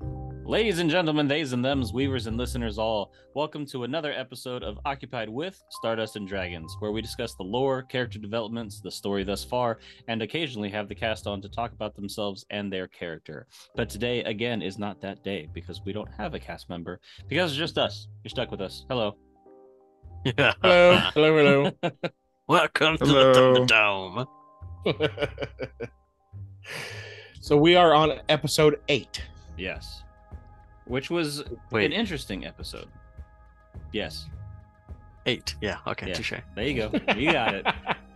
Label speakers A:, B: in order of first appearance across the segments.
A: Ladies and gentlemen, theys and thems, weavers and listeners all, welcome to another episode of Occupied with Stardust and Dragons, where we discuss the lore, character developments, the story thus far, and occasionally have the cast on to talk about themselves and their character. But today, again, is not that day because we don't have a cast member, because it's just us. You're stuck with us. Hello.
B: Yeah.
C: Hello, hello,
B: Welcome to
C: Hello.
B: the Thunderdome.
C: hello. so we are on episode eight.
A: Yes. Which was an
B: Wait,
A: interesting episode. Yes.
B: eight. Yeah, okay,
A: Yeah.
B: touche.
A: There you go. You got it.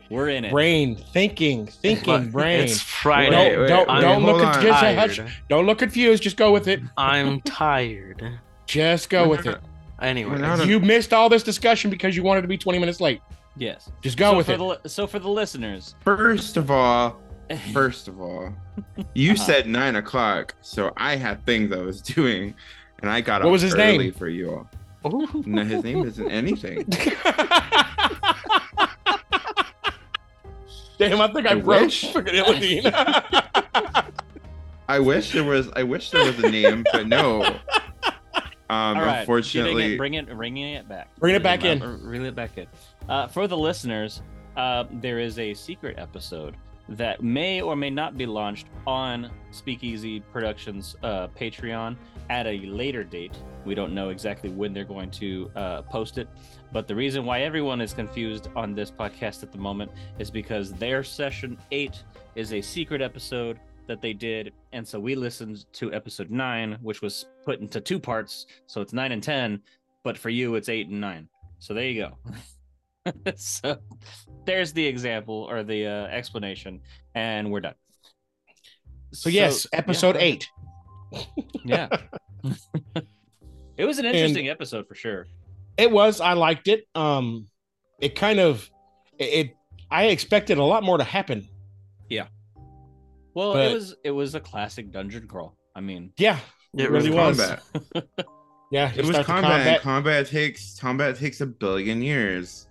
A: We're in it.
C: Brain thinking, thinking,
B: But
C: brain.
B: It's Friday.
C: Don't- don't-
B: I'm
C: don't look at- just-
B: tired.
C: hush. Don't look confused. Just go with it.
B: I'm tired.
C: Just go with it.
B: Anyway,
C: If You missed all this discussion because you wanted to be 20 minutes late.
A: Yes.
C: Just go
A: so
C: with
A: for
C: it.
A: The, li- so for the listeners,
D: First of all, first of all, you
C: Uh-huh.
D: said nine o'clock, so I had things I was doing, and I got
C: What
D: up
C: was his
D: early
C: name?
D: for you all. No, his name isn't anything.
C: Damn, I think I
D: I
C: broke
D: wish.
C: Nickelodeon.
D: I wish there was. I wish there was a name, but no. Um,
A: All right,
D: unfortunately,
A: bring it, bring it, bringing it back,
C: Bring it back in.
A: Uh, reel it back in. Uh, for the listeners, uh, there is a secret episode that may or may not be launched on Speakeasy Productions uh, Patreon at a later date. We don't know exactly when they're going to uh, post it, but the reason why everyone is confused on this podcast at the moment is because their session eight is a secret episode that they did. And so we listened to episode nine, which was put into two parts. So it's nine and 10, but for you, it's eight and nine. So there you go. so there's the example or the uh, explanation, and we're done.
C: so, yes,
A: yeah,
C: episode eight.
A: Yeah. it was an interesting episode for sure.
C: it was i liked it um it kind of it, it i expected a lot more to happen
A: Well, it
C: But-
A: was it was a classic dungeon crawl. I mean,
C: yeah
B: it
C: really
B: really was.
D: combat.
C: yeah you
D: It was
C: start
D: combat,
C: the
D: and combat takes combat takes a billion years.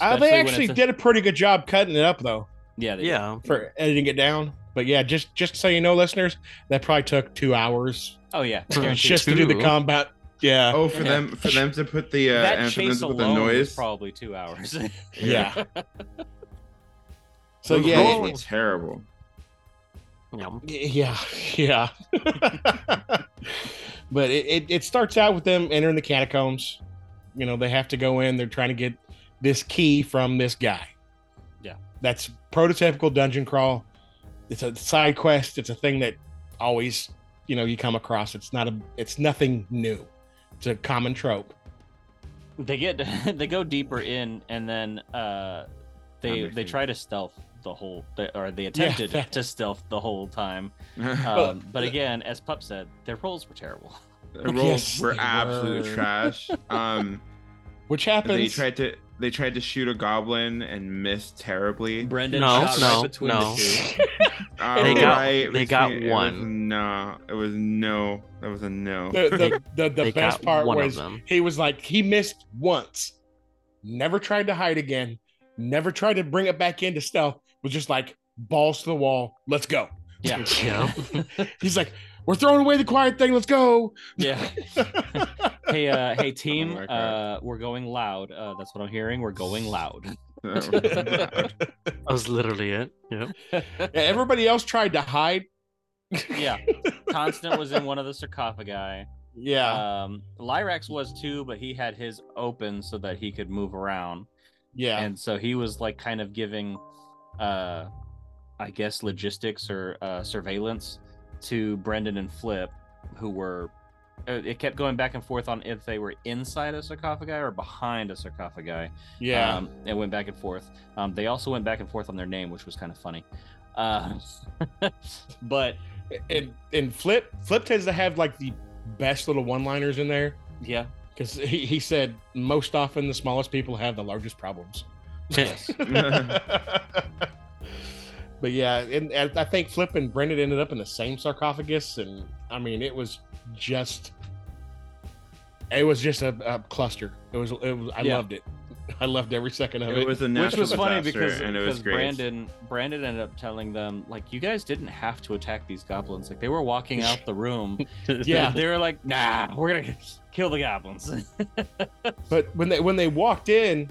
C: Uh,
A: especially
C: they
A: when
C: actually
A: it's a-
C: did a pretty good job cutting it up though
A: Yeah, they did.
B: Yeah.
C: for editing it down but yeah just just so you know listeners that probably took two hours
A: Oh yeah,
B: Just-
A: guaranteed.
C: just to do
B: Two?
C: the combat yeah
D: Oh, for
A: Yeah.
D: them, for them to put the uh,
A: that
D: and for them
A: chase
D: to put
A: alone
D: the
A: was
D: noise.
A: probably two hours.
C: yeah so
D: Those
C: yeah
D: rolls
C: it-
D: were terrible.
B: Yum.
C: Yeah, yeah. but it, it, it starts out with them entering the catacombs. You know, they have to go in. They're trying to get this key from this guy.
A: Yeah.
C: That's prototypical dungeon crawl. It's a side quest. It's a thing that always, you know, you come across. It's not a it's nothing new. It's a common trope.
A: they get they go deeper in and then uh they they
D: Understand.
A: try to stealth the whole or they attempted
C: that-
A: to stealth the whole time
C: Well,
A: um, but
C: the-
A: again as pup said their roles were terrible
D: the rolls
C: Yes,
D: were
C: they
D: absolute
C: were.
D: trash. Um.
C: Which
D: They
C: happens.
D: tried to they tried to shoot a goblin and missed terribly. Uh,
A: brendan
B: No,
A: shot
B: no,
A: right between
B: no.
A: the
D: All
C: They got-
B: they got
D: between- it was
B: one.
D: No, it was no. That was a no.
C: the the, the,
B: They
C: the
B: got
C: best part
B: one of
C: was
B: them.
C: He was like, he missed once, never tried to hide again, never tried to bring it back into stealth, was just like, balls to the wall, let's go.
A: two
B: Yeah.
C: He's like, we're throwing away the quiet thing, let's go.
A: yeah hey uh hey team
D: Oh my God.
A: uh we're going loud uh that's what i'm hearing we're going loud
D: That
B: That was literally it. Yep.
C: Yeah, everybody else tried to hide.
A: yeah constant was in one of the sarcophagi
C: Yeah.
A: um lyrax was too but he had his open so that he could move around
C: yeah.
A: and so he was like kind of giving uh i guess logistics or uh surveillance to brendan and flip who were uh, it kept going back and forth on if they were inside a sarcophagi or behind a sarcophagi
C: yeah.
A: um, it went back and forth um they also went back and forth on their name which was kind of funny uh but
C: and and Flip Flip tends to have like the best little one liners in there.
A: yeah
C: Because he, he said most often the smallest people have the largest problems.
B: Yes.
C: but yeah, and, and I think Flip and Brendan ended up in the same sarcophagus, and I mean, it was just, it was just a, a cluster. It was, it was I
A: Yeah.
C: loved it. I loved every second of it.
D: It was a
A: Which
D: natural
A: was funny
D: disaster,
A: because,
D: and it
A: because
D: was great.
A: Brandon Brandon ended up telling them like you guys didn't have to attack these goblins. Like they were walking out the room.
C: Yeah.
A: they were like, nah, we're gonna kill the goblins.
C: But when they when they walked in,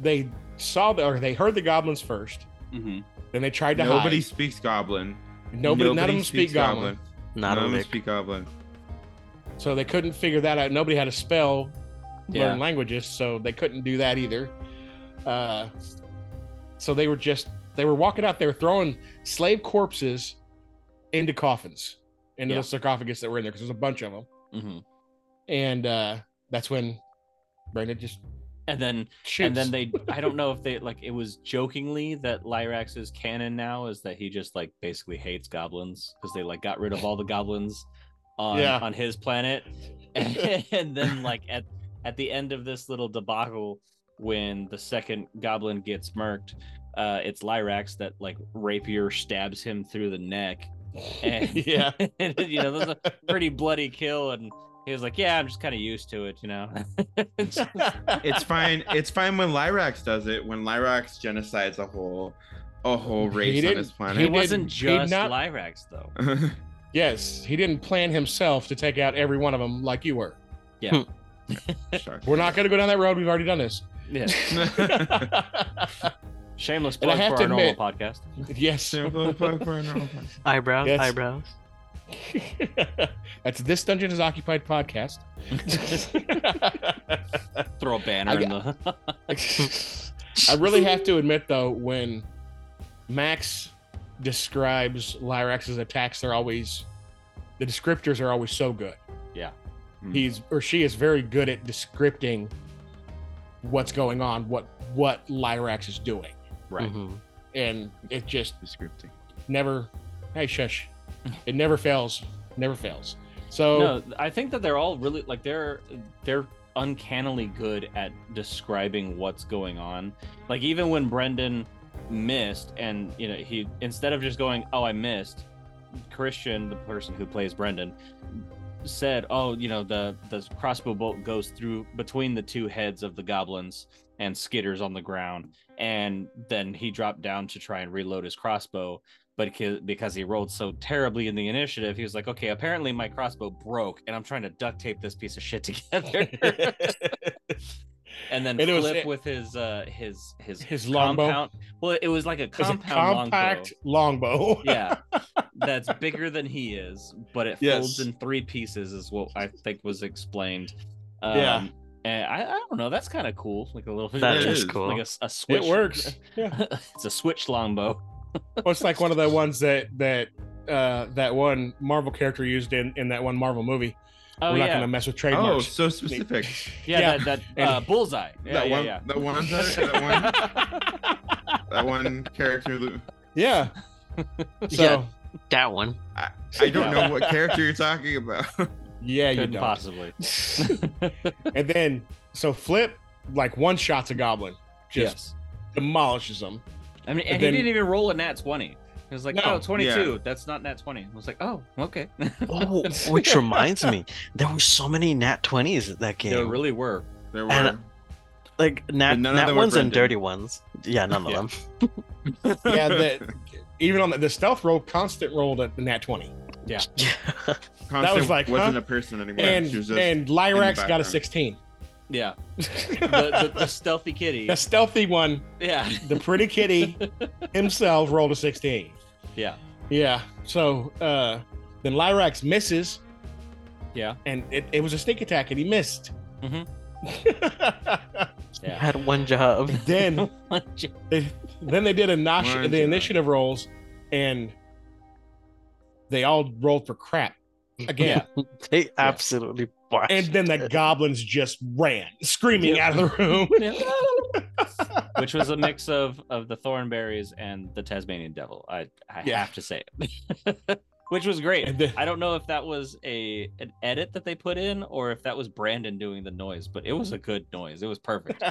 C: they saw the or they heard the goblins first.
D: Mm-hmm.
A: Mhm.
C: Then they tried to
D: Nobody
C: hide.
D: speaks goblin.
C: Nobody, none of them speak goblin.
B: Not
D: None
B: a
D: of them
B: lick.
D: speak goblin.
C: so they couldn't figure that out. Nobody had a spell,
A: Yeah.
C: learn languages, so they couldn't do that either. Uh, so they were just they were walking out there throwing slave corpses into coffins, into
A: Yeah.
C: the sarcophagus that were in there because there's a bunch of them.
A: Mhm.
C: And uh, that's when Brandon just
A: And then
C: shoots.
A: And then they, I don't know if they like it was jokingly that Lyrax's canon now is that he just like basically hates goblins because they like got rid of all the goblins on
C: Yeah.
A: on his planet, and then like at at the end of this little debacle when the second goblin gets murked, uh, it's Lyrax that like rapier stabs him through the neck, and
C: yeah,
A: and, you know that's a pretty bloody kill, and he was like, yeah, I'm just kind of used to it, you know. It's-
D: It's fine. it's fine when Lyrax does it. When Lyrax genocides a whole, a whole
C: He
D: race on
C: didn't-
D: his
A: It
C: He
D: planet.
A: wasn't
C: didn't- he
A: just
C: not-
A: Lyrax though.
C: yes, he didn't plan himself to take out every one of them like you were.
D: Shucks.
C: We're not going to go down that road. We've already done this.
A: Yeah. Shameless
C: And I
A: plug
C: have
A: for
C: to
A: our normal
C: admit-
A: podcast.
C: yes.
D: Simple plug for an old one.
B: Eyebrows,
C: Yes.
B: eyebrows.
C: That's this dungeon is occupied podcast.
A: Throw a banner
C: I
A: in the.
C: I really have to admit though, when Max describes Lyrax's attacks, they're always the descriptors are always so good.
A: Yeah.
D: Hmm.
C: He's or she is very good at descripting what's going on, what what Lyrax is doing.
A: right.
B: Mhm.
C: And it just
D: Descripting.
C: never hey shush. It never fails. Never fails. So
A: No, I think that they're all really like they're they're uncannily good at describing what's going on. Like even when Brendan missed, and you know he instead of just going, "Oh, I missed," Christian, the person who plays Brendan, said, "Oh, you know the the crossbow bolt goes through between the two heads of the goblins and skitters on the ground." And then he dropped down to try and reload his crossbow, but ca- because he rolled so terribly in the initiative, he was like, "Okay, apparently my crossbow broke, and I'm trying to duct tape this piece of shit together." and then
C: And it was-
A: flip with his uh his his
C: his longbow.
A: compound. Well, it was like a
C: It's a
A: compound
C: compact
A: longbow.
C: longbow.
A: yeah, that's bigger than he is, but it folds
D: Yes.
A: in three pieces, is what I think was explained. Um,
C: Yeah.
A: and I, I don't know. That's kind of cool. Like a little.
B: That
A: like a-
B: is
D: is,
B: cool.
A: Like a, s- a switch.
C: It works. Yeah.
A: it's a switch longbow.
C: Well, it's like one of the ones that that uh that one Marvel character used in in that one Marvel movie.
A: Oh
C: We're not
A: yeah.
C: gonna mess with
D: Oh,
C: trademarks.
D: so specific.
A: yeah,
C: yeah.
A: That, that
C: And-
A: uh, bullseye. Yeah,
D: that,
A: yeah,
D: one,
A: yeah.
D: that one, that one, that one character. that-
C: Yeah. So
B: Yeah. That one.
D: I don't know what character you're talking about.
C: yeah, you
A: Couldn't
C: don't.
A: possibly.
C: and then so Flip like one shots a goblin, just
A: yes.
C: demolishes them.
A: I mean, and,
C: then-
A: he didn't even roll a nat twenty. He was like,
C: No.
A: "Oh, 22. That's not nat twenty. I was like, "Oh, okay."
B: Oh, which reminds me, there were so many nat twenties at that game.
A: There really were.
D: There were.
B: And- like nat,
D: But none of
B: nat
D: them were
B: ones and
D: Brendan.
B: dirty ones. Yeah, none of
A: Yeah.
B: them.
C: Yeah, the, even on the, the stealth roll, constant rolled at the nat twenty,
B: Yeah.
D: Constant
C: was like,
D: wasn't
C: huh?
D: a person anymore.
C: and
D: she was just
C: and Lyrax got a
D: background.
C: sixteen.
A: Yeah. The, the, the stealthy kitty.
C: the stealthy one,
A: Yeah.
C: the pretty kitty himself rolled a sixteen.
A: Yeah.
C: Yeah. So uh, then Lyrax misses.
A: Yeah.
C: And it, it was a sneak attack and he missed.
A: Mhm. Yeah.
B: Had one job.
C: then they, then they did a notch
D: Mine's
C: the
D: not.
C: initiative rolls and they all rolled for crap again.
B: They absolutely botched.
C: And then the goblins just ran screaming out of the room.
A: Which was a mix of of the thornberries and the Tasmanian devil. I I
C: Yeah.
A: have to say it. Which was great.
C: And then-
A: I don't know if that was a an edit that they put in or if that was Brandon doing the noise, but it was a good noise. It was perfect.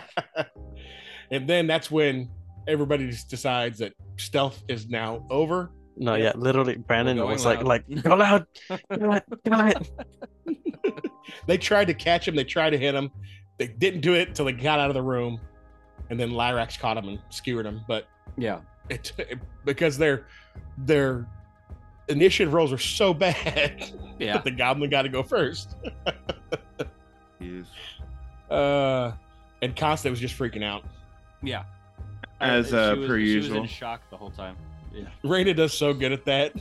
C: and then that's when everybody just decides that stealth is now over.
B: no, yeah, literally, Brandon
A: going
B: was
A: loud.
B: like, like, go loud, go loud, go loud.
C: They tried to catch him. They tried to hit him. They didn't do it until they got out of the room. and then Lyrax caught him and skewered him. But
A: Yeah.
C: it, it- because their their initiative rolls are so bad
A: Yeah.
C: that the goblin got to go first.
D: Jeez.
C: Uh, and Constant was just freaking out.
A: Yeah.
D: As,
A: She
D: uh,
A: was-
D: per
A: she was
D: usual.
A: in shock the whole time. Yeah.
C: Raina does so good at that.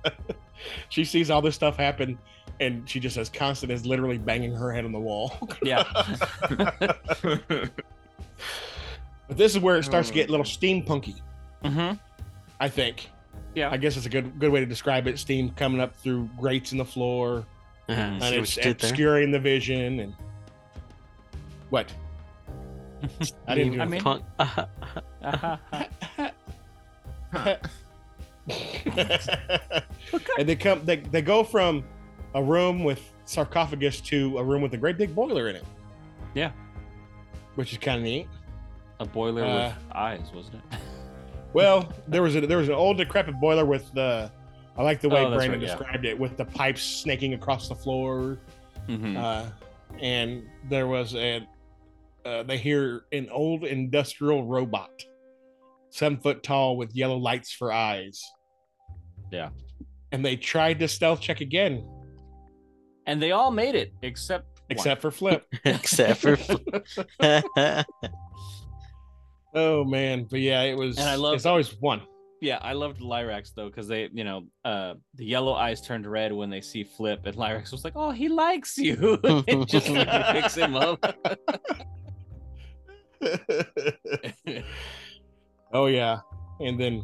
C: she sees all this stuff happen, and she just says, "Constant is literally banging her head on the wall."
A: Yeah.
C: But this is where it starts to
D: Oh.
C: get a little steampunky.
A: mm-hmm.
C: I think.
A: Yeah.
C: I guess it's a good good way to describe it. Steam coming up through grates in the floor,
B: Yeah,
C: and
B: see what
C: it's
B: you did there.
C: obscuring the vision. And what? I didn't. Do
A: I mean-
B: Punk.
C: anything. and they come. They they go from a room with sarcophagus to a room with a great big boiler in it.
A: Yeah.
C: Which is kind of neat.
A: A boiler
C: Uh,
A: with eyes, wasn't it?
C: Well, there was a, there was an old decrepit boiler with the. I like the way
A: Oh, that's
C: Brandon
A: right, yeah.
C: described it with the pipes snaking across the floor.
A: Mm-hmm.
C: Uh, and there was a. Uh, they hear an old industrial robot, seven foot tall with yellow lights for eyes.
A: Yeah.
C: And they tried to stealth check again,
A: and they all made it except one.
C: except for Flip.
B: Except for.
C: oh man, but yeah, it was.
A: And I love-
C: It's always one.
A: yeah i loved lyrax though because they you know uh the yellow eyes turned red when they see flip and lyrax was like oh he likes you and just like, picks him up
C: oh yeah, and then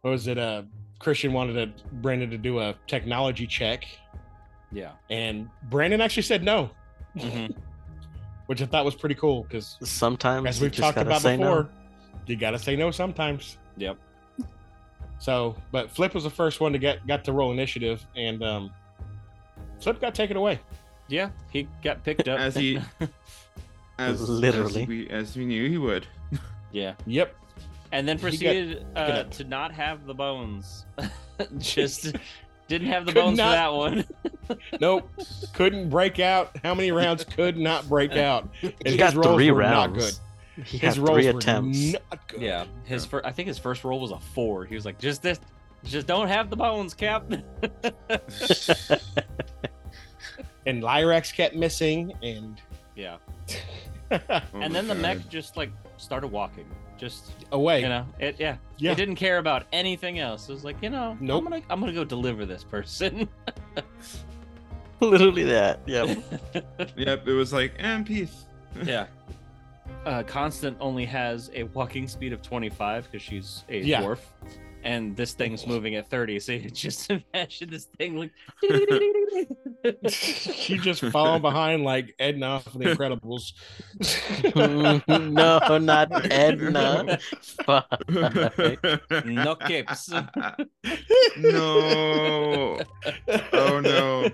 C: what was it? Uh, Christian wanted to, Brandon to do a technology check,
A: yeah
C: and Brandon actually said no,
A: Mhm.
C: which I thought was pretty cool because
B: Mm-hmm. Sometimes
C: as
B: you
C: we've
B: just
C: talked
B: gotta
C: about
B: say
C: before,
B: no.
C: you gotta say no sometimes.
A: Yep.
C: So, but Flip was the first one to get got to roll initiative, and um, Flip got taken away.
A: yeah he got picked up
D: As he- as
B: Literally.
D: as we, as we knew he would.
A: yeah
C: Yep.
A: and then
C: He got
A: proceeded uh,
C: up.
A: to not have the bones just didn't have the
C: Could
A: bones
C: not-
A: for that one
C: Nope. Couldn't break out. How many rounds could not break out? And
B: He got three rounds.
C: Not good.
B: He
C: His
B: had
C: rolls
B: three
C: were
B: attempts.
C: not good.
A: yeah his first i think his first roll was a four he was like just this just don't have the bones cap
C: And Lyrax kept missing, and
A: yeah
D: Oh
A: and
D: my
A: then the
D: God.
A: mech just like started walking just
C: away.
A: you know it yeah
C: yeah.
A: It didn't care about anything else. It was like, you know,
C: Nope.
A: I'm gonna I'm gonna go deliver this person.
B: Literally that. Yep.
D: Yep, it was like and peace.
A: yeah. Uh, Constant only has a walking speed of 25 because she's a
C: Yeah.
A: dwarf, and this thing's moving at 30. So you just imagine this thing like. ding-a-ding-a-ding-a-ding.
C: she just falling behind like Edna off of the Incredibles.
B: no, not Edna. Fuck.
A: no capes.
D: no. Oh no.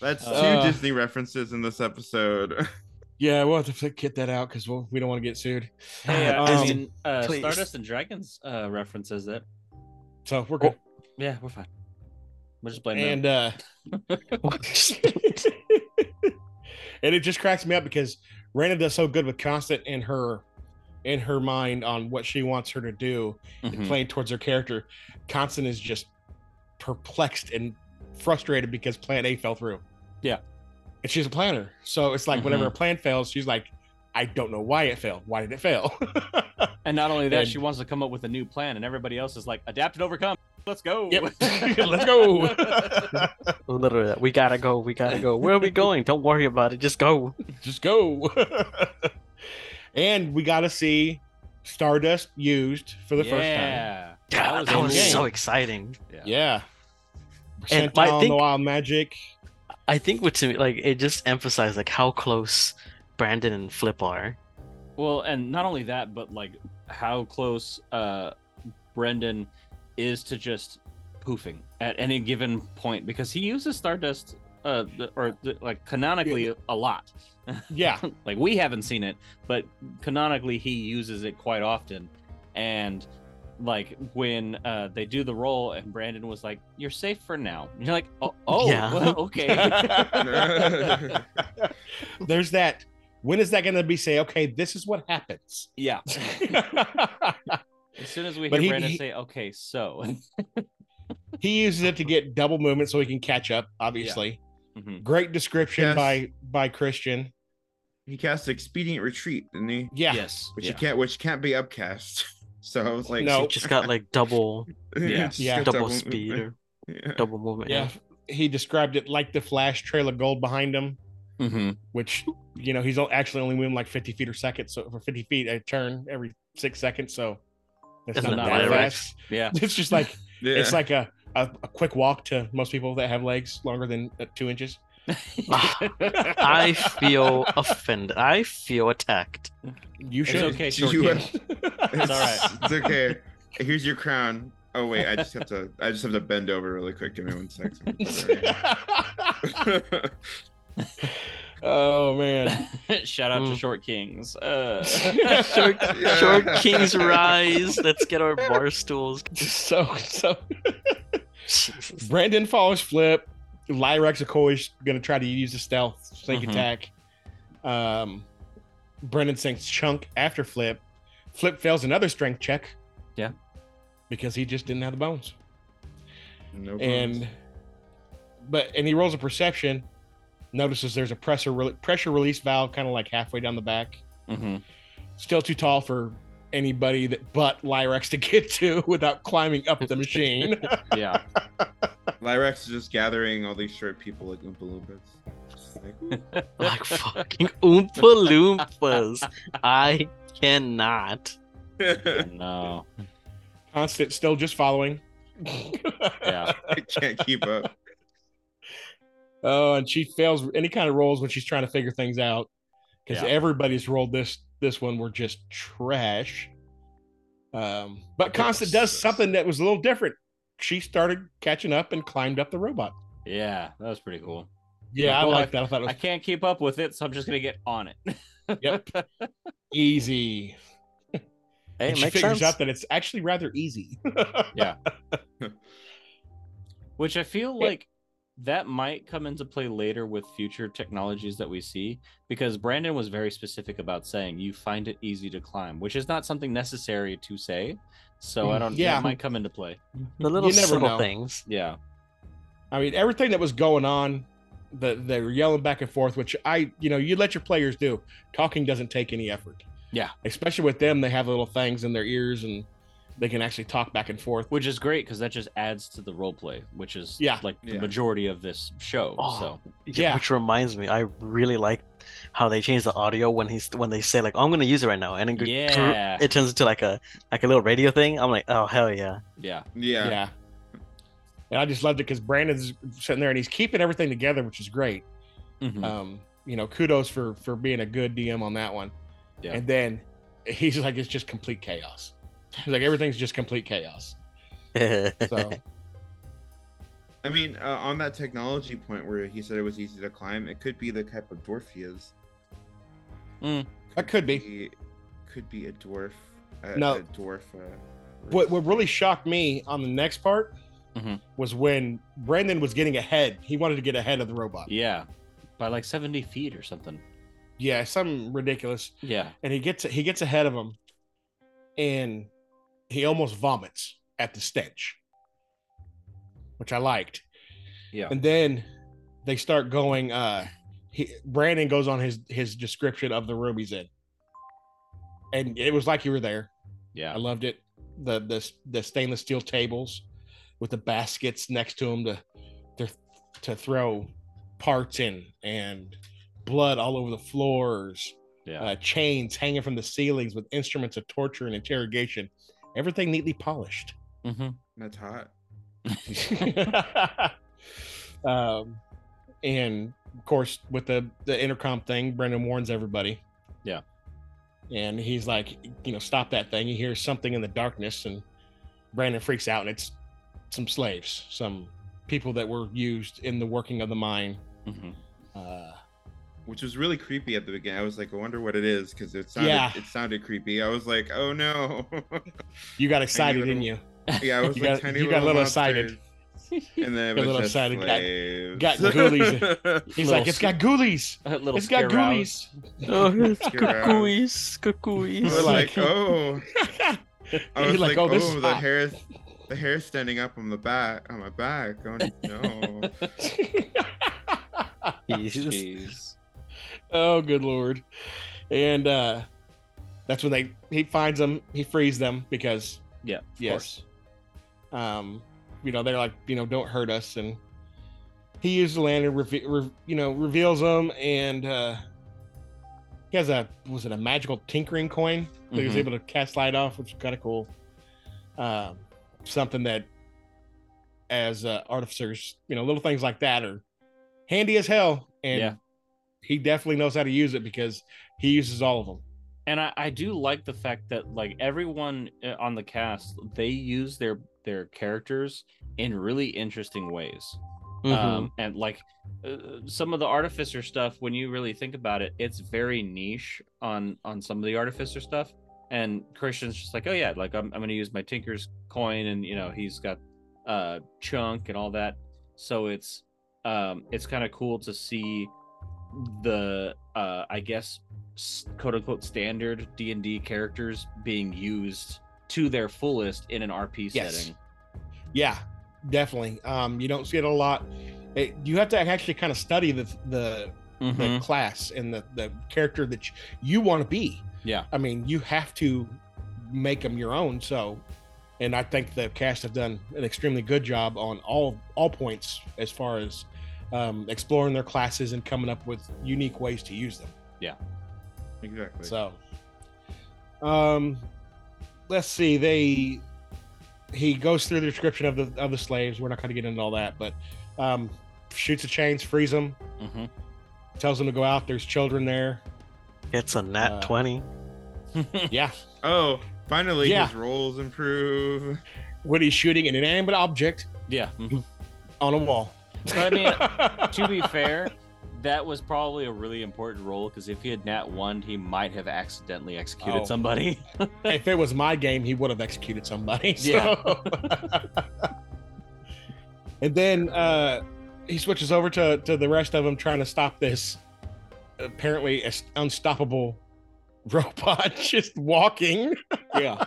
D: That's two
C: Uh.
D: Disney references in this episode.
C: Yeah, we'll have to get that out because we'll, we don't want to get sued.
A: Hey, uh, I
C: Um,
A: mean, uh,
B: please.
A: Stardust and Dragons uh, references that.
C: So we're good.
A: Yeah, we're fine. We'll just blame them.
C: and uh, and it just cracks me up because Raina does so good with constant in her in her mind on what she wants her to do and
A: Mhm.
C: playing towards her character. Constant is just perplexed and frustrated because plan A fell through.
A: Yeah.
C: And she's a planner. So it's like whenever
A: Mhm.
C: a plan fails, she's like, I don't know why it failed. Why did it fail?
A: And not only that,
C: and-
A: she wants to come up with a new plan, and everybody else is like, adapt and overcome. Let's go.
C: yep. Let's go.
B: Literally that. We gotta go. We gotta go. Where are we going? Don't worry about it. Just go.
C: just go. and we got to see Stardust used for the first time.
A: yeah.
B: Yeah,
A: was
B: that
A: in
B: was
A: game.
B: so exciting.
C: Yeah.
B: And
C: Percentile
B: I
C: on the
B: think-
C: wild magic.
B: I think what's like it just emphasized like how close Brandon and Flip are.
A: Well, and not only that, but like how close uh, Brendan is to just poofing at any given point because he uses Stardust uh, th- or th- like canonically a lot.
C: Yeah.
A: like we haven't seen it, but canonically he uses it quite often. And like when uh, they do the roll, and Brandon was like, "You're safe for now." And you're like, "Oh, oh
B: Yeah.
A: well, okay."
C: There's that When is that going to be? Say, okay, this is what happens.
A: Yeah. As soon as we
C: But
A: hear
C: he-
A: Brandon
C: he-
A: say, okay, so.
C: he uses it to get double movement so he can catch up. Obviously,
A: Mhm.
C: great description
D: Yes.
C: by by Christian.
D: He cast expedient retreat, didn't he?
C: Yeah,
A: Yes.
D: Which you
A: Yeah.
D: can't, which can't be upcast. So I was like,
C: No.
B: He just got like double
A: Yeah.
D: Just
C: Yeah.
D: got
B: double speed
D: movement.
B: or
D: Yeah.
B: double movement.
C: yeah. He described it like the Flash trail of gold behind him,
A: Mhm.
C: which you know he's actually only moving like fifty feet a second, so for fifty feet a turn every six seconds. So that's
B: That's
C: not
A: not
C: that
A: bad,
B: right?
C: fast.
A: Yeah.
C: It's just like
D: Yeah.
C: it's like a, a a quick walk to most people that have legs longer than uh, two inches. Ah.
B: I feel offended. I feel attacked.
C: You
A: It's
C: should.
A: okay,
D: Do
A: short
D: you-
A: king.
D: It's,
A: all right.
D: It's okay. Here's your crown. Oh wait, I just have to. I just have to bend over really quick. Give me one second. Sorry.
C: oh man.
A: Shout out to
B: Mm.
A: Short Kings. Uh,
B: Short,
D: Yeah.
B: short kings rise. Let's get our bar stools.
C: So so
B: Jesus.
C: Brandon follows flip. Lyrex of course gonna try to use the stealth sneak
A: Mhm.
C: attack. Um Brendan sinks chunk after flip. Flip fails another strength check.
A: Yeah.
C: Because he just didn't have the bones.
D: No
C: and but and he rolls a perception notices there's a pressure re- pressure release valve kind of like halfway down the back
A: mhm.
C: still too tall for anybody that but lyrex to get to without climbing up the machine
A: Yeah.
D: Lyrex is just gathering all these short people like Oompa Loompas. Just like,
B: Like fucking Oompa Loompas. I cannot.
A: no.
C: constant still just following
A: Yeah.
D: I can't keep up.
C: oh and she fails any kind of rolls when she's trying to figure things out because
A: Yeah.
C: everybody's rolled this this one were just trash um but
D: Okay,
C: constant does
D: so-
C: something that was a little different she started catching up and climbed up the robot
A: Yeah. That was pretty cool.
C: Yeah, I
A: Well,
C: like that. I thought it
A: I
C: was
A: can't keep up with it, so I'm just gonna get on it.
C: Yep. easy.
B: Hey,
C: and
B: it
C: she
B: makes
C: figures
B: sense.
C: out that it's actually rather easy.
A: Which I feel
C: Yeah.
A: like that might come into play later with future technologies that we see, because Brandon was very specific about saying you find it easy to climb, which is not something necessary to say. So I
C: Mm,
A: don't.
C: yeah.
A: That might come into play.
B: the little
C: you never
B: subtle
C: know.
B: things.
A: Yeah.
C: I mean, everything that was going on, the, they were yelling back and forth, which I, you know, you let your players do. Talking doesn't take any effort.
A: Yeah.
C: Especially with them, they have little things in their ears and they can actually talk back and forth.
A: Which is great because that just adds to the role play, which is
C: Yeah.
A: like the
D: Yeah.
A: majority of this show.
B: Oh.
A: So
C: Yeah.
B: Which reminds me, I really like how they change the audio when he's when they say like, oh, "I'm gonna use it right now," and it, go-
A: Yeah.
B: it turns into like a like a little radio thing. I'm like, "Oh hell yeah!"
A: yeah,
D: Yeah.
C: yeah. And I just loved it because Brandon's sitting there and he's keeping everything together, which is great.
A: Mhm.
C: um, you know, kudos for for being a good DM on that one.
A: Yeah.
C: And then he's like, it's just complete chaos. He's like, everything's just complete chaos. So
D: I mean, uh, on that technology point where he said it was easy to climb, it could be the type of dwarf he is.
A: Mm.
C: That could be.
D: Could be a dwarf. A,
C: No.
D: A dwarf. Uh,
C: what what really shocked me on the next part
A: Mhm.
C: was when Brandon was getting ahead. He wanted to get ahead of the robot.
A: yeah, by like seventy feet or something.
C: Yeah, some ridiculous.
A: Yeah.
C: And he gets he gets ahead of him, and he almost vomits at the stench, which I liked.
A: Yeah.
C: and then they start going uh he, brandon goes on his his description of the room he's in and it was like you were there i
A: Yeah.
C: loved it the the, the stainless steel tables with the baskets next to them to to, to throw parts in and blood all over the floors
A: Yeah.
C: uh, chains hanging from the ceilings with instruments of torture and interrogation everything neatly polished
A: hmm
D: That's hot.
C: um, and of course, with the the intercom thing, Brendan warns everybody.
A: Yeah.
C: And he's like, you know, stop that thing. He hears something in the darkness, and Brandon freaks out, and it's some slaves, some people that were used in the working of the mine.
A: hmm
C: Uh,
D: which was really creepy at the beginning. I was like, I wonder what it is because it sounded
C: Yeah.
D: it sounded creepy. I was like, oh no.
C: you got excited,
D: little-
C: didn't you?
D: yeah, I was
C: You
D: like
C: got-
D: tiny
C: you got a
D: little
C: little excited.
D: monsters. And then
C: Got a
D: it
C: little
D: was just
C: excited, got-
D: slaves.
C: got ghoulies. He's
D: He's
A: Little
C: like, it's got ghoulies.
A: A little
C: It's got
A: scarouse.
C: ghoulies.
B: Oh,
D: Scarouse.
B: cucuis,
D: We're
B: cucuis.
D: like, oh, I
C: You're
D: was like,
C: like,
D: oh,
C: "Oh, this is
D: the
C: hot."
D: hair, the hair standing up on the back, on my back. Oh no!
B: Jesus.
A: Jeez.
C: oh, good lord. And uh that's when they he finds them, he frees them because
A: Yeah. Of
C: yes. Um, you know, they're like, you know, don't hurt us. And he uses the lantern, reve- re- you know, reveals them. And uh, he has a, was it a magical tinkering coin that he was
A: Mhm.
C: able to cast light off, which is kind of cool. Um, something that, as uh, artificers, you know, little things like that are handy as hell. And
A: Yeah.
C: he definitely knows how to use it because he uses all of them.
A: and I, I do like the fact that like everyone uh, on the cast they use their their characters in really interesting ways
B: Mm-hmm.
A: um, and like uh, some of the artificer stuff when you really think about it it's very niche on on some of the artificer stuff and christian's just like oh yeah like i'm, I'm gonna use my tinker's coin and you know he's got uh chunk and all that so it's um it's kind of cool to see the uh i guess s- quote unquote standard d&d characters being used to their fullest in an rp
C: Yes.
A: setting
C: Yeah, definitely. Um, you don't see it a lot. It, you have to actually kind of study the the, the
A: Mhm.
C: class and the the character that you, you want to be.
A: Yeah.
C: I mean, you have to make them your own. So, and I think the cast have done an extremely good job on all all points as far as um, exploring their classes and coming up with unique ways to use them.
D: Exactly.
C: So, um, let's see. They he goes through the description of the of the slaves. We're not going to get into all that, but um, shoots the chains, frees them,
A: Mhm.
C: tells them to go out. There's children there.
B: It's a
C: Uh,
B: nat 20.
C: Yeah,
D: oh, finally,
C: Yeah.
D: his roles improve.
C: when he's shooting an inanimate object
A: yeah mhm.
C: on a wall.
A: But i mean to be fair, that was probably a really important role because if he had nat one, he might have accidentally executed
C: Oh.
A: somebody.
C: if it was my game, he would have executed somebody. so. and then uh, he switches over to, to the rest of them trying to stop this apparently as- unstoppable robot just walking.
A: Yeah,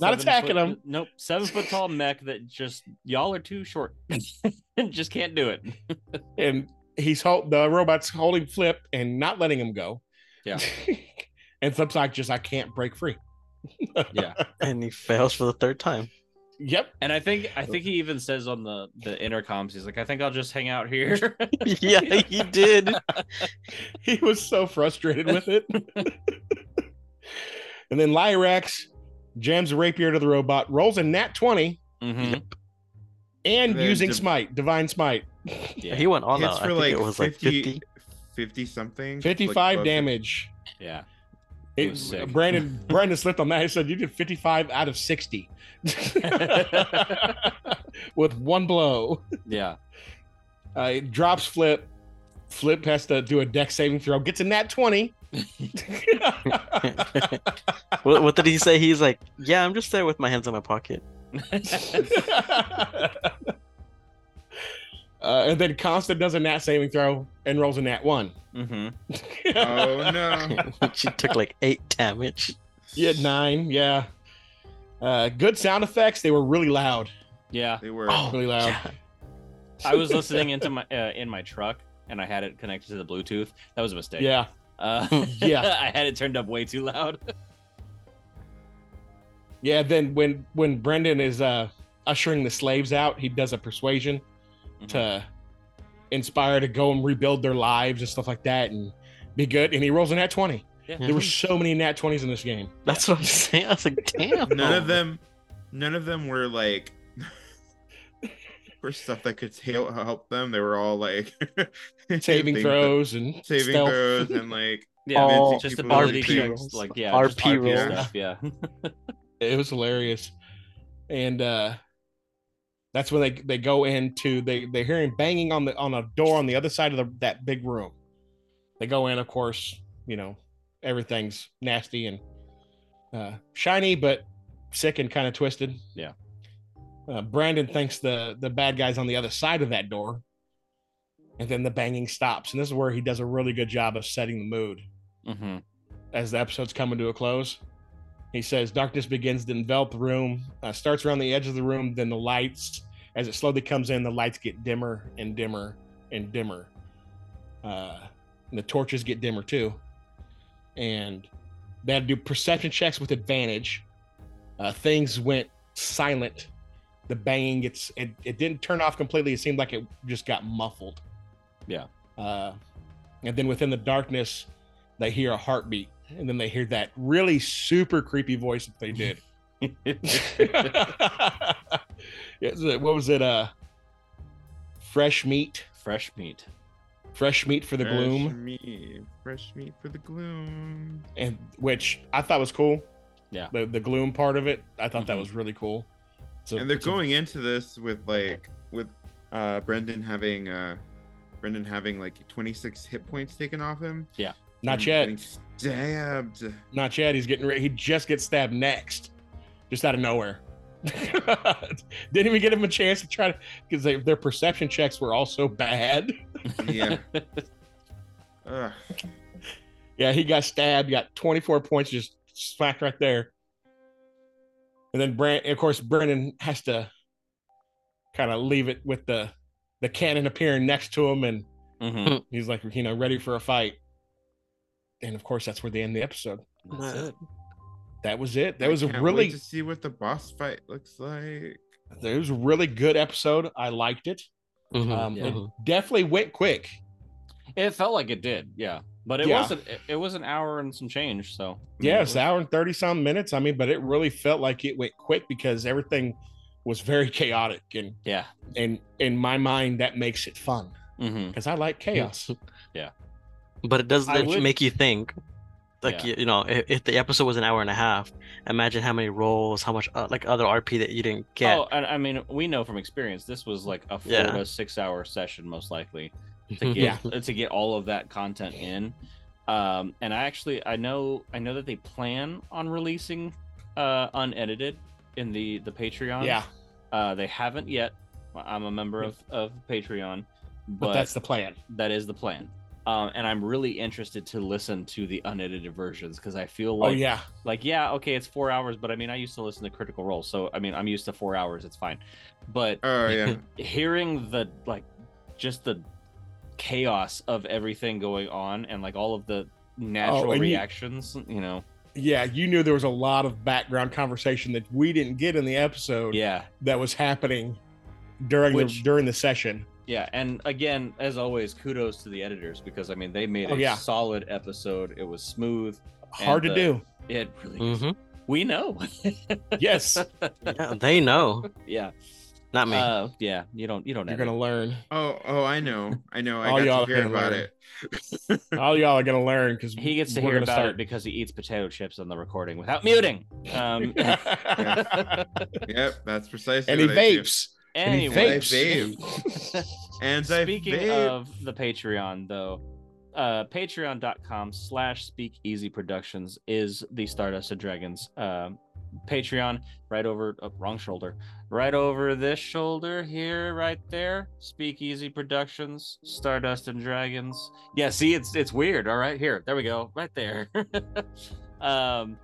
C: Not attacking
A: foot,
C: him.
A: Nope, seven foot tall mech that just y'all are too short, just can't do it.
C: And he's hold, the robot's holding Flip and not letting him go.
A: Yeah.
C: and Flip's like, just, I can't break free.
A: Yeah,
B: And he fails for the third time.
C: Yep.
A: and I think I think he even says on the the intercoms, he's like, I think I'll just hang out here.
B: yeah, he did.
C: He was so frustrated with it. and then Lyrax jams a rapier to the robot, rolls a nat 20. Mm-hmm.
A: Mhm.
C: and
D: Then
C: using
D: div-
C: smite, divine smite,
A: Yeah,
B: He went on
D: Hits
B: out. Oh, I think
D: for like,
B: it was
D: 50,
B: like 50.
D: 50 something.
C: fifty-five
D: Like,
C: damage.
A: yeah. It
C: It,
A: was sick.
C: Brandon Brandon slipped on that. He said you did fifty-five out of sixty with one blow.
A: yeah,
C: Uh, it drops flip. Flip has to do a deck saving throw. Gets a nat twenty.
B: What, what did he say? He's like, yeah, I'm just there with my hands in my pocket.
C: uh, and then Constant does a nat saving throw and rolls a nat one. Mm-hmm.
A: hmm
D: Oh no!
B: she took like eight damage.
C: yeah, nine. Yeah. Uh, good sound effects. They were really loud.
A: yeah.
D: They were.
B: Oh,
C: Really loud.
B: yeah.
A: I was listening into my uh, in my truck, and I had it connected to the Bluetooth. That was a mistake.
C: Yeah.
A: Uh,
C: Yeah.
A: I had it turned up way too loud.
C: Yeah, then when when Brendan is uh ushering the slaves out, he does a persuasion to inspire to go and rebuild their lives and stuff like that and be good. And he rolls a nat 20. There were so many nat 20s in this game.
B: That's what I'm saying. I was like, damn.
D: None of them. None of them were like. For stuff that could help help them, they were all like
C: Saving
D: things that-
C: throws and
D: saving
C: stealth.
D: throws, and like
A: Yeah,
B: All
A: it's Mm-hmm. just
D: people
A: ability
D: RP
A: checks,
B: rolls.
A: like yeah, just
B: RP
D: rolls.
A: stuff, yeah.
C: It was hilarious. And uh that's when they they go into they they're hearing banging on the on a door on the other side of the, that big room. They go in, of course, you know, everything's nasty and uh shiny but sick and kind of twisted.
A: Yeah.
C: Uh, Brandon thinks the the bad guys on the other side of that door, and then the banging stops. And this is where he does a really good job of setting the mood
A: Mm-hmm.
C: as the episode's coming to a close. He says, Darkness begins to envelop the room, uh, starts around the edge of the room, then the lights, as it slowly comes in, the lights get dimmer and dimmer and dimmer. Uh, and the torches get dimmer too. And they had to do perception checks with advantage. Uh, things went silent. The banging gets, it, it didn't turn off completely. It seemed like it just got muffled.
A: Yeah.
C: Uh, and then within the darkness, they hear a heartbeat and then they hear that really super creepy voice that they did
A: Mm-hmm.
C: Is it- what was it uh fresh meat
A: Fresh meat.
C: fresh meat for the
D: Fresh
C: gloom
D: meat, fresh meat for the gloom.
C: and which i thought was cool
A: Yeah.
C: the, the gloom part of it i thought that
A: Mhm.
C: was really cool So
D: Mm-hmm. and they're going into this with like with uh Brendan having uh Brendan having like 26 hit points taken off him.
C: not
D: and
C: yet
D: getting Stabbed.
C: not yet he's getting ready he just gets stabbed next just out of nowhere didn't even give him a chance to try to because their perception checks were all so bad
D: Yeah. Ugh.
C: Yeah, he got stabbed, got 24 points, just smacked right there. And then Brand, of course, Brennan has to kind of leave it with the the cannon appearing next to him, and
A: Mm-hmm.
C: he's like, you know, ready for a fight. And of course, that's where they end the episode.
A: That's it.
C: That was it. That
D: I
C: was a
D: can't wait
C: really,
D: to see what the boss fight looks like.
C: that was a really good episode. I liked it.
B: Mhm,
C: Um,
A: yeah.
B: mhm.
C: It definitely went quick.
D: Mm-hmm.
A: It felt like it did, yeah. But it
C: Yeah.
A: wasn't. It, it was an hour and some change, so
C: Yeah, it's an hour and 30 some minutes. I mean, but it really felt like it went quick because everything was very chaotic and
A: yeah.
C: and in my mind that makes it fun
A: Mm-hmm.
C: because i like chaos
B: But it does
C: I
B: let you-
C: would-
B: make you think. Like
A: Yeah.
B: you, you know, if, if the episode was an hour and a half, imagine how many rolls, how much uh, like other RP that you didn't get.
A: Oh, and I mean, we know from experience this was like a four
B: Yeah.
A: to six hour session, most likely, to
B: Mhm.
A: get to get all of that content in. Um, and I actually I know I know that they plan on releasing uh, unedited in the the Patreon.
C: yeah
A: uh, they haven't yet. I'm a member of of Patreon,
C: but, that's the plan
A: that is the plan. Um, and I'm really interested to listen to the unedited versions because I feel
C: oh
A: like,
C: yeah
A: like, yeah, okay, it's four hours, but I mean, I used to listen to Critical Role, so I mean, I'm used to four hours, it's fine. But
D: Oh yeah.
A: hearing the like, just the chaos of everything going on and like all of the natural
C: Oh, and you-
A: reactions, you, know,
C: yeah you knew there was a lot of background conversation that we didn't get in the episode
A: yeah,
C: that was happening during the
A: Which-
C: during the session
A: yeah. And again, as always, kudos to the editors because I mean, they made
C: Oh,
A: a
C: yeah.
A: solid episode. It was smooth.
C: hard to
A: And, uh,
C: do
A: It really,
B: Mhm.
A: we know,
C: yes
B: Yeah, they know,
A: yeah.
B: not me.
A: Uh, yeah, you don't. You don't.
C: you're
A: edit.
C: gonna learn
D: Oh oh I know. I know. I
C: All y'all
D: got
C: are
D: to hear
C: gonna
D: about
C: learn.
D: it.
C: all y'all are gonna learn because
A: He gets to hear about it because he eats potato chips on the recording without muting. Um,
D: Yep, that's precisely
C: and he
D: what I do.
C: vapes and he
A: anyway,
C: vapes
D: And I
A: speaking
D: vape.
A: of the Patreon, though, uh, patreon.com slash speakeasy productions is the Stardust and Dragons um Patreon. Right over, oh, wrong shoulder. Right over this shoulder here, right there. Speakeasy Productions, Stardust and Dragons. Yeah, see, it's it's weird. All right, here, there we go, right there. um,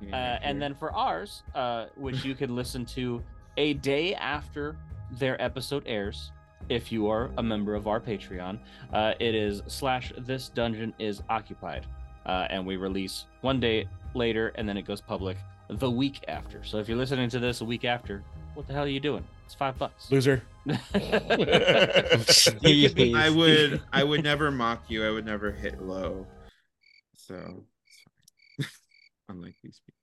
D: Yeah,
A: uh, and then for ours, uh, which you can listen to a day after their episode airs, if you are a member of our Patreon, uh, it is slash this dungeon is occupied, uh, and we release one day later, and then it goes public the week after. So if you're listening to this a week after, what the hell are you doing? It's five bucks.
C: loser
B: Jeez.
D: I would I would never mock you. I would never hit low. So sorry. unlike these people.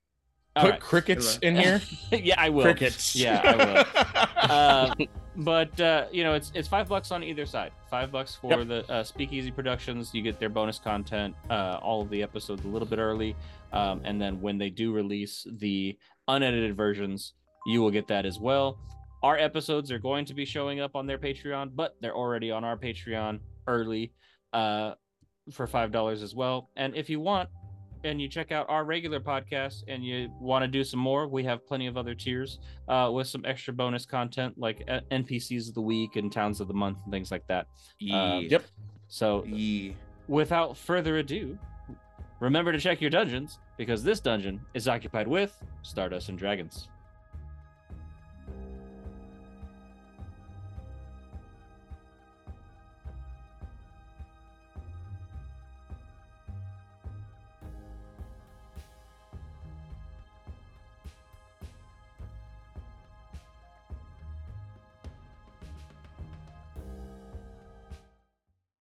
A: All
C: put
A: right.
C: crickets in here
A: yeah, I will.
C: crickets
A: Yeah, I will. Uh, but uh, you know, it's it's five bucks on either side. Five bucks for
C: Yep.
A: the uh, Speakeasy Productions. You get their bonus content, uh, all of the episodes a little bit early, um, and then when they do release the unedited versions, you will get that as well. Our episodes are going to be showing up on their Patreon, but they're already on our Patreon early uh, for five dollars as well. And if you want, and you check out our regular podcast and you want to do some more, we have plenty of other tiers uh, with some extra bonus content like uh, NPCs of the week and towns of the month and things like that. Um,
D: Yee.
C: yep.
A: So,
D: Yee.
A: without further ado, remember to check your dungeons because this dungeon is occupied with Stardust and Dragons.